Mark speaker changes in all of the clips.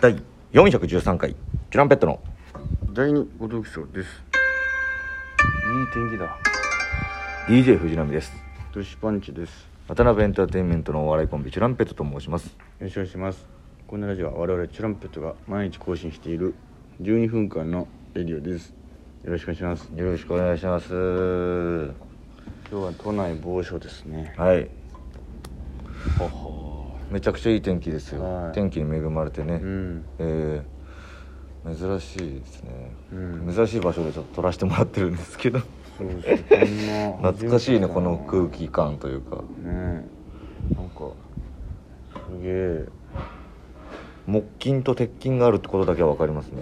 Speaker 1: 第413回チュランペットの
Speaker 2: 第二ご読書です。いい天気だ。
Speaker 1: DJ 藤波です
Speaker 2: トシパンチです。
Speaker 1: 渡辺エンターテインメントのお笑いコンビチュランペットと申します
Speaker 2: よろしくお願いします。このラジオは我々チュランペットが毎日更新している12分間のレディオです。よろしくお願いします。
Speaker 1: よろしくお願いします
Speaker 2: 今日は都内某所ですね。
Speaker 1: はいめちゃくちゃいい天気ですよ、
Speaker 2: はい
Speaker 1: 天気に恵まれてね、
Speaker 2: うん。
Speaker 1: えー珍しいですね、
Speaker 2: うん
Speaker 1: 珍しい場所でちょっと撮らせてもらってるんですけ ど
Speaker 2: そうそう。こんな
Speaker 1: 懐かしいねこの空
Speaker 2: ね
Speaker 1: 気感というか
Speaker 2: え。なんかすげえ。
Speaker 1: 木琴と鉄琴があるってことだけは分かりますね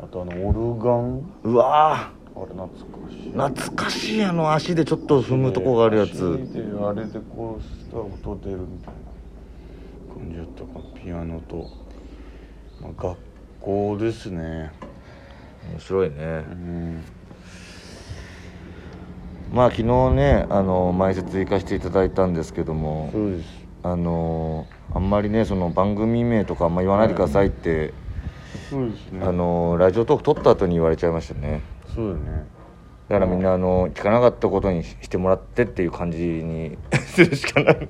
Speaker 2: あとあのオルガン
Speaker 1: うわ
Speaker 2: あれ懐かしい
Speaker 1: ー。懐かしいあの足でちょっと踏むとこがあるや
Speaker 2: 足
Speaker 1: つ
Speaker 2: であれでこうした音出るみたいな感じだったかなピアノと、まあ、学校ですね
Speaker 1: 面白いね
Speaker 2: うん
Speaker 1: まあ昨日ねあの前説行かせていただいたんですけども
Speaker 2: そうです
Speaker 1: あのあんまりねその番組名とかあんま言わないでくださいって、
Speaker 2: そうですね
Speaker 1: あのラジオトーク撮った後に言われちゃいましたね
Speaker 2: そうだね
Speaker 1: だからみんなあの聞かなかったことにししてもらってっていう感じに するしかない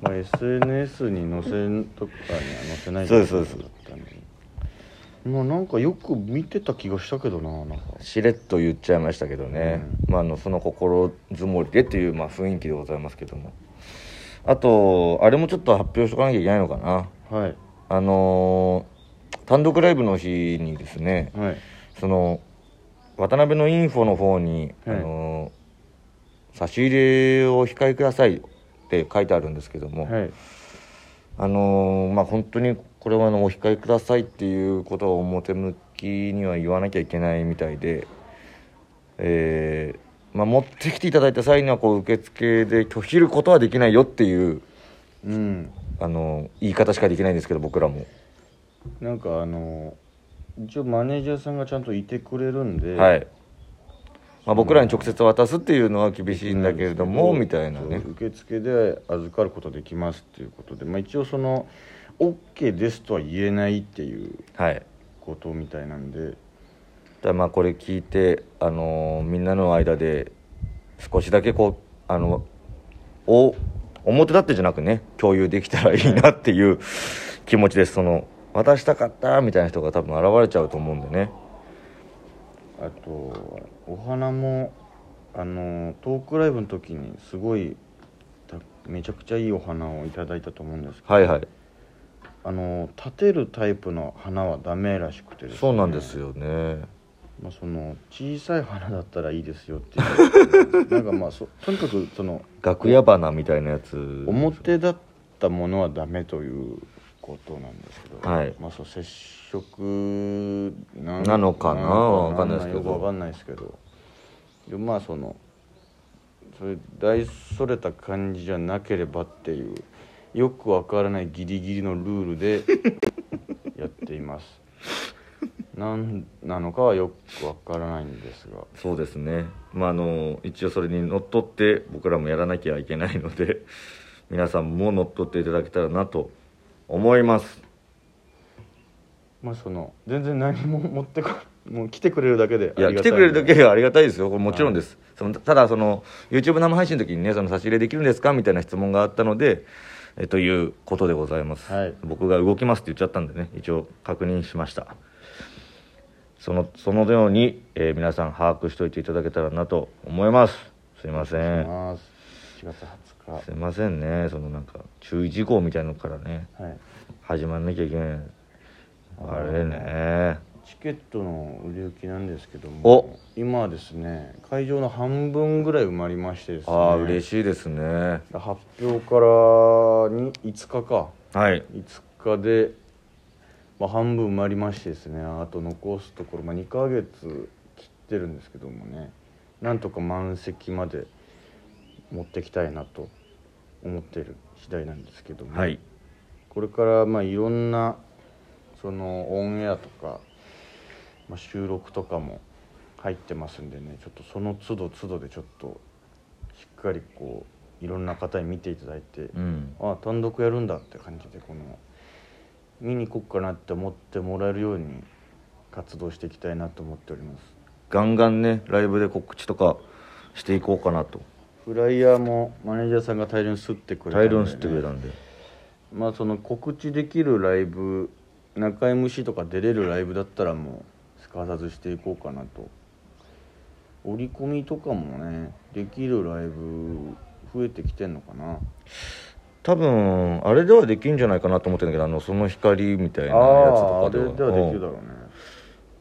Speaker 2: まあ SNS に載せんとかには載せない
Speaker 1: そうですそうです
Speaker 2: すまあなんかよく見てた気がしたけどななんか
Speaker 1: しれっと言っちゃいましたけどね、まあ、あのその心づもりでっていう、まあ、雰囲気でございますけどもあとあれもちょっと発表しとかなきゃいけないのかな
Speaker 2: はい
Speaker 1: あのー単独ライブの日にですね
Speaker 2: はい
Speaker 1: その渡辺のインフォの方に、
Speaker 2: はい
Speaker 1: あのー差し入れをお控えください」って書いてあるんですけども、
Speaker 2: はい
Speaker 1: あのーまあ本当にこれはあのお控えくださいっていうことを表向きには言わなきゃいけないみたいで、えーまあ、持ってきていただいた際にはこう受付で拒否ることはできないよっていう、
Speaker 2: うん
Speaker 1: あのー言い方しかできないんですけど僕らも、
Speaker 2: なんかあの一応マネージャーさんがちゃんといてくれるんで、
Speaker 1: はい、まあ、僕らに直接渡すっていうのは厳しいんだけれども、みたいなね
Speaker 2: 受付で預かることできますっていうことで、まあ、一応その OK ですとは言えないっていう
Speaker 1: はい
Speaker 2: ことみたいなんで
Speaker 1: ただまあこれ聞いて、あのーみんなの間で少しだけこうあのお表立ってじゃなくね共有できたらいいなっていう 気持ちですその渡したかったみたいな人が多分現れちゃうと思うんでね
Speaker 2: あとお花もあのトークライブの時にすごいためちゃくちゃいいお花をいただいたと思うんですけど
Speaker 1: はいはい
Speaker 2: あの立てるタイプの花はダメらしくてですね
Speaker 1: そうなんですよね
Speaker 2: まあ、その小さい花だったらいいですよっていうなんかまあそとにかくその
Speaker 1: 楽屋花みたいなやつ
Speaker 2: 表立ったものはダメということなんですけど、
Speaker 1: はい
Speaker 2: まあ、そう接触な
Speaker 1: なのかなわかんないですけど
Speaker 2: よくわかんないですけどでまあそのそれ大それた感じじゃなければっていうよくわからないギリギリのルールで やっていますなんなのかはよくわからないんですが
Speaker 1: そうですねまああの一応それにのっとって僕らもやらなきゃいけないので 皆さんも乗っ取っていただけたらなと思います
Speaker 2: まあその全然何も持ってこもう来てくれるだけであ
Speaker 1: いや来
Speaker 2: りがた
Speaker 1: て
Speaker 2: い
Speaker 1: くれるだけではありがたいですよこれもちろんです、そのただその YouTube 生配信の時にねその差し入れできるんですかみたいな質問があったのでえということでございます、
Speaker 2: はい
Speaker 1: 僕が動きますって言っちゃったんでね一応確認しましたそのそのように、えー皆さん把握しておいていただけたらなと思いますすいませ
Speaker 2: お願い
Speaker 1: ん
Speaker 2: します1月20日
Speaker 1: すいませんねそのなんか注意事項みたいのからね
Speaker 2: はい、
Speaker 1: 始まんなきゃいけないあれね
Speaker 2: チケットの売れ行きなんですけど
Speaker 1: お
Speaker 2: も今はですね会場の半分ぐらい埋まりましてですね
Speaker 1: ああ嬉
Speaker 2: しい
Speaker 1: しいですね
Speaker 2: 発表からに5日か
Speaker 1: はい
Speaker 2: 5日で、まあ、半分埋まりましてですねあと残すところ、まあ、2ヶ月切ってるんですけどもねなんとか満席まで持ってきたいなと思ってる次第なんですけども、
Speaker 1: はい
Speaker 2: これからまあいろんなそのオンエアとか、まあ、収録とかも入ってますんでねちょっとその都度都度でちょっとしっかりこういろんな方に見ていただいて、
Speaker 1: うん
Speaker 2: あ単独やるんだって感じでこの見に行こっかなって思ってもらえるように活動していきたいなと思っております
Speaker 1: ガンガンねライブで告知とかしていこうかなと
Speaker 2: フライヤーもマネージャーさんが大量に吸ってくれたん
Speaker 1: 大
Speaker 2: で
Speaker 1: 量に吸ってくれたんで
Speaker 2: まあその告知できるライブ中 MC とか出れるライブだったらもうすかさずしていこうかなと折り込みとかもねできるライブ増えてきてんのかな
Speaker 1: 多分あれではできんじゃないかなと思ってるんだけどあのその光みたいなやつ
Speaker 2: ああ
Speaker 1: とかで
Speaker 2: ーあれではできるだ
Speaker 1: うん
Speaker 2: ろうね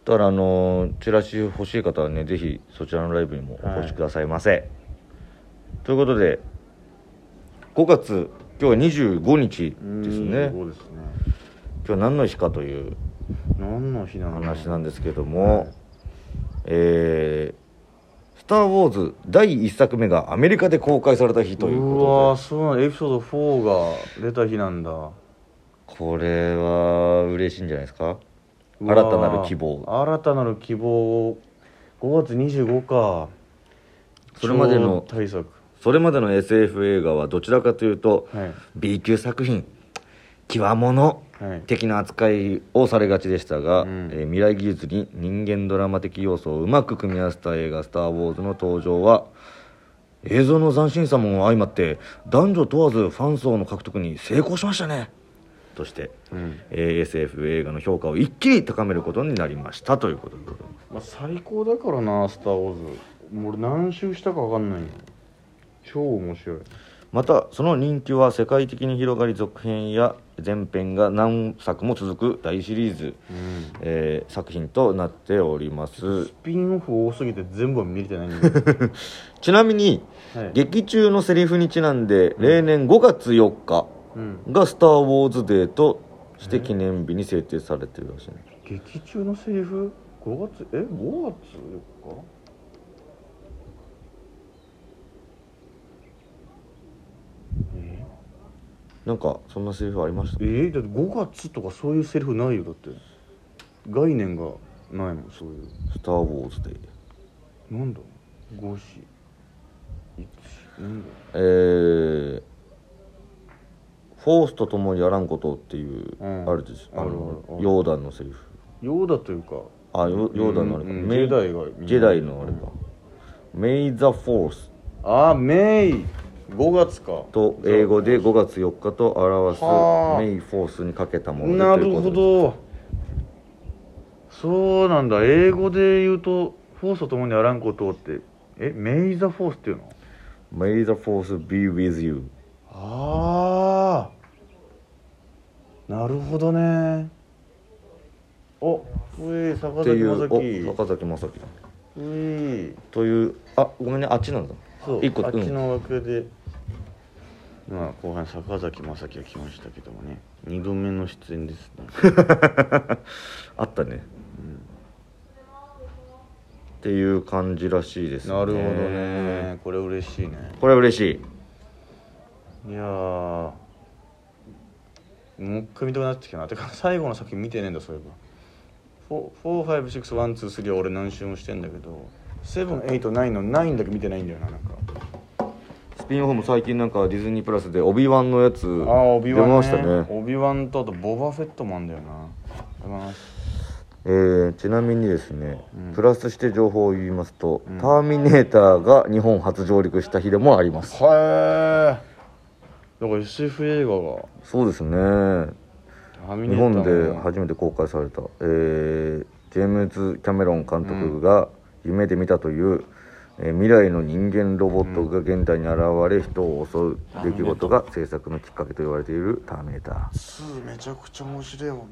Speaker 1: だからあのーチラシ欲しい方はねぜひそちらのライブにもお越しくださいませ、ということで5月今日は25日ですね
Speaker 2: そうですね
Speaker 1: 今日は何の日かという
Speaker 2: 何の日なの
Speaker 1: 話なんんですけども、
Speaker 2: はい
Speaker 1: えースター・ウォーズ」第1作目がアメリカで公開された日という
Speaker 2: う
Speaker 1: こ
Speaker 2: わーそうなのエピソード4が出た日なんだ
Speaker 1: とでこれは嬉しいんじゃないですか
Speaker 2: う
Speaker 1: 新
Speaker 2: わー
Speaker 1: たなる希望
Speaker 2: 新たなる希望5月25か
Speaker 1: それまでの
Speaker 2: 超対策
Speaker 1: それまでの SF 映画はどちらかというと、
Speaker 2: はい
Speaker 1: B 級作品極物
Speaker 2: はい
Speaker 1: 的な扱いをされがちでしたが、
Speaker 2: うん
Speaker 1: えー未来技術に人間ドラマ的要素をうまく組み合わせた映画「スター・ウォーズ」の登場は映像の斬新さも相まって男女問わずファン層の獲得に成功しましたねとして、
Speaker 2: うん
Speaker 1: えー SF 映画の評価を一気に高めることになりましたということでございます
Speaker 2: まあ、最高だからな「スター・ウォーズ」もう俺何周したか分かんないよ超面白い
Speaker 1: またその人気は世界的に広がり続編や前編が何作も続く大シリーズ、
Speaker 2: うん
Speaker 1: えー作品となっております
Speaker 2: スピンオフ多すぎて全部は見れてないんだ けど
Speaker 1: ちなみに、
Speaker 2: はい
Speaker 1: 劇中のセリフにちなんで例年5月4日
Speaker 2: うん
Speaker 1: が「スター・ウォーズ・デー」として記念日に制定されてるらしいね
Speaker 2: 劇中のセリフ5月え5月4日え
Speaker 1: なんかそんなセリフありました
Speaker 2: えだって5月とかそういうセリフないよだって概念がないもんそういう
Speaker 1: 「スター・ウォーズ・デー
Speaker 2: なんだ5四1なんだ」
Speaker 1: えーフォースと共にあらんこと」っていう、
Speaker 2: うん
Speaker 1: あるですあ
Speaker 2: ある
Speaker 1: の
Speaker 2: あるある
Speaker 1: ヨーダンのセリフ
Speaker 2: ようだというか
Speaker 1: あヨヨーダンのあれか、
Speaker 2: うんうん
Speaker 1: メ
Speaker 2: ジェダイが
Speaker 1: ジェダイのあれか、メイ・ザ・フォース
Speaker 2: あメイ5月か
Speaker 1: と英語で5月4日と表す
Speaker 2: はあ
Speaker 1: メイ・フォースにかけたもの
Speaker 2: な
Speaker 1: でと
Speaker 2: る
Speaker 1: いうこと
Speaker 2: ほ
Speaker 1: で
Speaker 2: どそうなんだ英語で言うと「フォースと共にあらんことを」ってえメイ・ザ・フォースっていうの
Speaker 1: May the force be with you
Speaker 2: ああなるほどねおうい坂
Speaker 1: って
Speaker 2: 崎
Speaker 1: いう
Speaker 2: まさ
Speaker 1: お
Speaker 2: き
Speaker 1: 坂崎正樹だ
Speaker 2: うい
Speaker 1: というあごめんねあっちなんだ
Speaker 2: そう
Speaker 1: 一個
Speaker 2: あっ
Speaker 1: う
Speaker 2: ち
Speaker 1: ん、
Speaker 2: の枠で、まあ後半坂崎まさきが来ましたけどもね2度目の出演ですね
Speaker 1: あったね、っていう感じらしいですね
Speaker 2: なるほどねこれ嬉しいね
Speaker 1: これ嬉しい
Speaker 2: いやーもう一回見たくなってきたなてか最後の作品見てねえんだそういえば456123は俺何周もしてんだけど789の9だけ見てないんだよななんか
Speaker 1: スピンオフも最近なんかディズニープラスでオビワンのやつ出
Speaker 2: ああオビワン、ね、
Speaker 1: ましたね
Speaker 2: オビワンとあとボバフェットもあんだよな出ます
Speaker 1: えーちなみにですね、
Speaker 2: うん
Speaker 1: プラスして情報を言いますと、
Speaker 2: うん
Speaker 1: ターミネーターが日本初上陸した日でもあります
Speaker 2: へえだから SF 映画が
Speaker 1: そうですね
Speaker 2: ターミネ
Speaker 1: 日
Speaker 2: ータ
Speaker 1: 本
Speaker 2: ーも
Speaker 1: で初めて公開された、えージェームズ・キャメロン監督が夢で見たという、えー未来の人間ロボットが現代に現れ人を襲う出来事が制作のきっかけと言われている「ターミネーター
Speaker 2: 2めちゃくちゃ面白いもんな」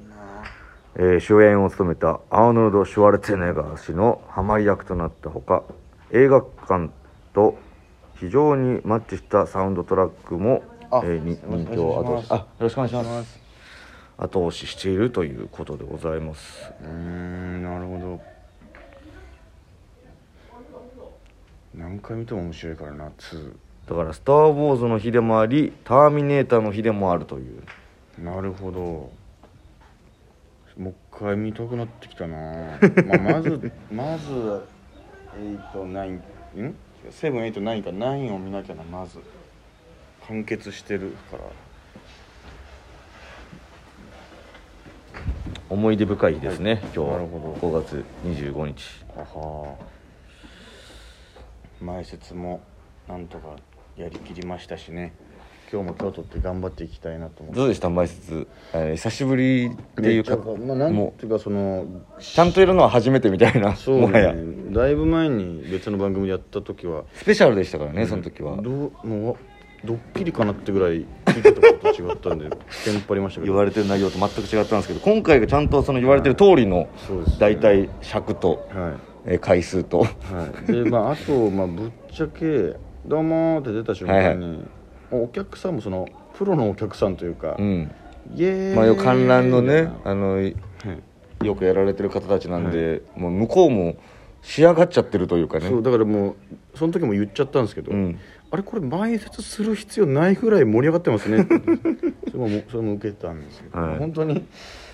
Speaker 1: えー主演を務めたアーノルド・シュワルツェネッガー氏のハマり役となったほか映画館と非常にマッチしたサウンドトラックも、
Speaker 2: あ
Speaker 1: えーに
Speaker 2: すいません
Speaker 1: 人気を後押しあよろしくお願いし
Speaker 2: お願いし
Speaker 1: ま
Speaker 2: ますす
Speaker 1: 後押ししているということでございます
Speaker 2: うーんなるほど何回見ても面白いからな2
Speaker 1: だから「スター・ウォーズ」の日でもあり「ターミネーター」の日でもあるという
Speaker 2: なるほどもう一回見たくなってきたなまあまずまず89ん789か9を見なきゃなまず完結してるから
Speaker 1: 思い出深い日ですね、今日
Speaker 2: なるほ
Speaker 1: 5月25日
Speaker 2: はは前説もなんとかやりきりましたしね今日も今日とって頑張っていきたいなと思って
Speaker 1: どうでした前説あれ久しぶりっていうか、
Speaker 2: まあ、なん
Speaker 1: も
Speaker 2: ていうかその
Speaker 1: うちゃんとやるのは初めてみたいな
Speaker 2: そう
Speaker 1: もはや
Speaker 2: ねだいぶ前に別の番組でやった時は
Speaker 1: スペシャルでしたからねその時は、
Speaker 2: どうもうドッキリかなってぐらい聞いてたことと違った んでテンパりましたけ
Speaker 1: 言
Speaker 2: ど
Speaker 1: われてる内容と全く違ったんですけど今回がちゃんとその言われてる通りの
Speaker 2: そうですね
Speaker 1: 大体尺と、
Speaker 2: はい
Speaker 1: えー回数と
Speaker 2: はい、でまああと、まあ、ぶっちゃけ「どうも」って出た瞬間に、
Speaker 1: は
Speaker 2: もうお客さんもそのプロのお客さんというか、
Speaker 1: うん
Speaker 2: イエーイ
Speaker 1: まあ要は観覧のね
Speaker 2: みた
Speaker 1: あのい
Speaker 2: いなはい
Speaker 1: よくやられてる方たちなんで、もう向こうも仕上がっちゃってるというかね
Speaker 2: そうだからもうその時も言っちゃったんですけど、
Speaker 1: うん
Speaker 2: あれこれ前説する必要ないぐらい盛り上がってますねっ て言ってそれもそれも受けたんですけど、
Speaker 1: はい
Speaker 2: 本当に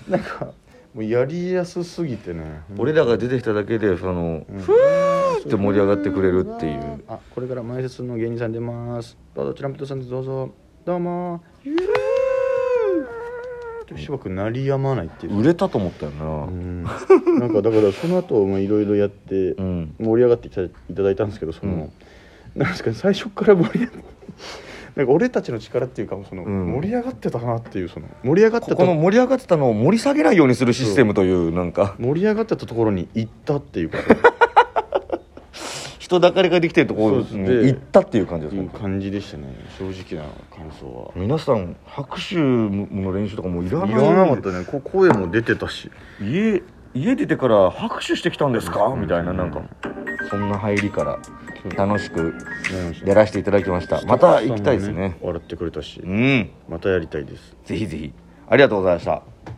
Speaker 2: なんかもうやりやすすぎてね
Speaker 1: 俺らが出てきただけでその、ふーって盛り上がってくれるっていう
Speaker 2: あこれから前説の芸人さん出ますどうぞチランペットさんですどうぞどうもーしばくなりやまないっていう、
Speaker 1: 売れたと思ったよな
Speaker 2: うんなんかだからその後まあいろいろやって、
Speaker 1: うん、
Speaker 2: 盛り上がってきたいただいたんですけどその、なんですかね最初から盛り上が なんか俺たちの力っていうかその、
Speaker 1: うん
Speaker 2: 盛り上がってたなっていうその盛り上がって
Speaker 1: こ
Speaker 2: た
Speaker 1: この盛り上がってたのを盛り下げないようにするシステムというなんか
Speaker 2: 盛り上がってたところに行ったっていうか
Speaker 1: 人だかりができてるところ
Speaker 2: そうです
Speaker 1: に
Speaker 2: ね
Speaker 1: 行ったっていう感じです
Speaker 2: いう
Speaker 1: ね
Speaker 2: 感じでしたね正直な感想は。
Speaker 1: 皆さん拍手の練習とかもういらない
Speaker 2: たねこ声も出てたし
Speaker 1: 家家出てから拍手してきたんですかみたいななんかそんな入りから楽しくやらせていただきましたまた行きたいですね
Speaker 2: 笑ってくれたし
Speaker 1: うん
Speaker 2: またやりたいです
Speaker 1: ぜひぜひありがとうございました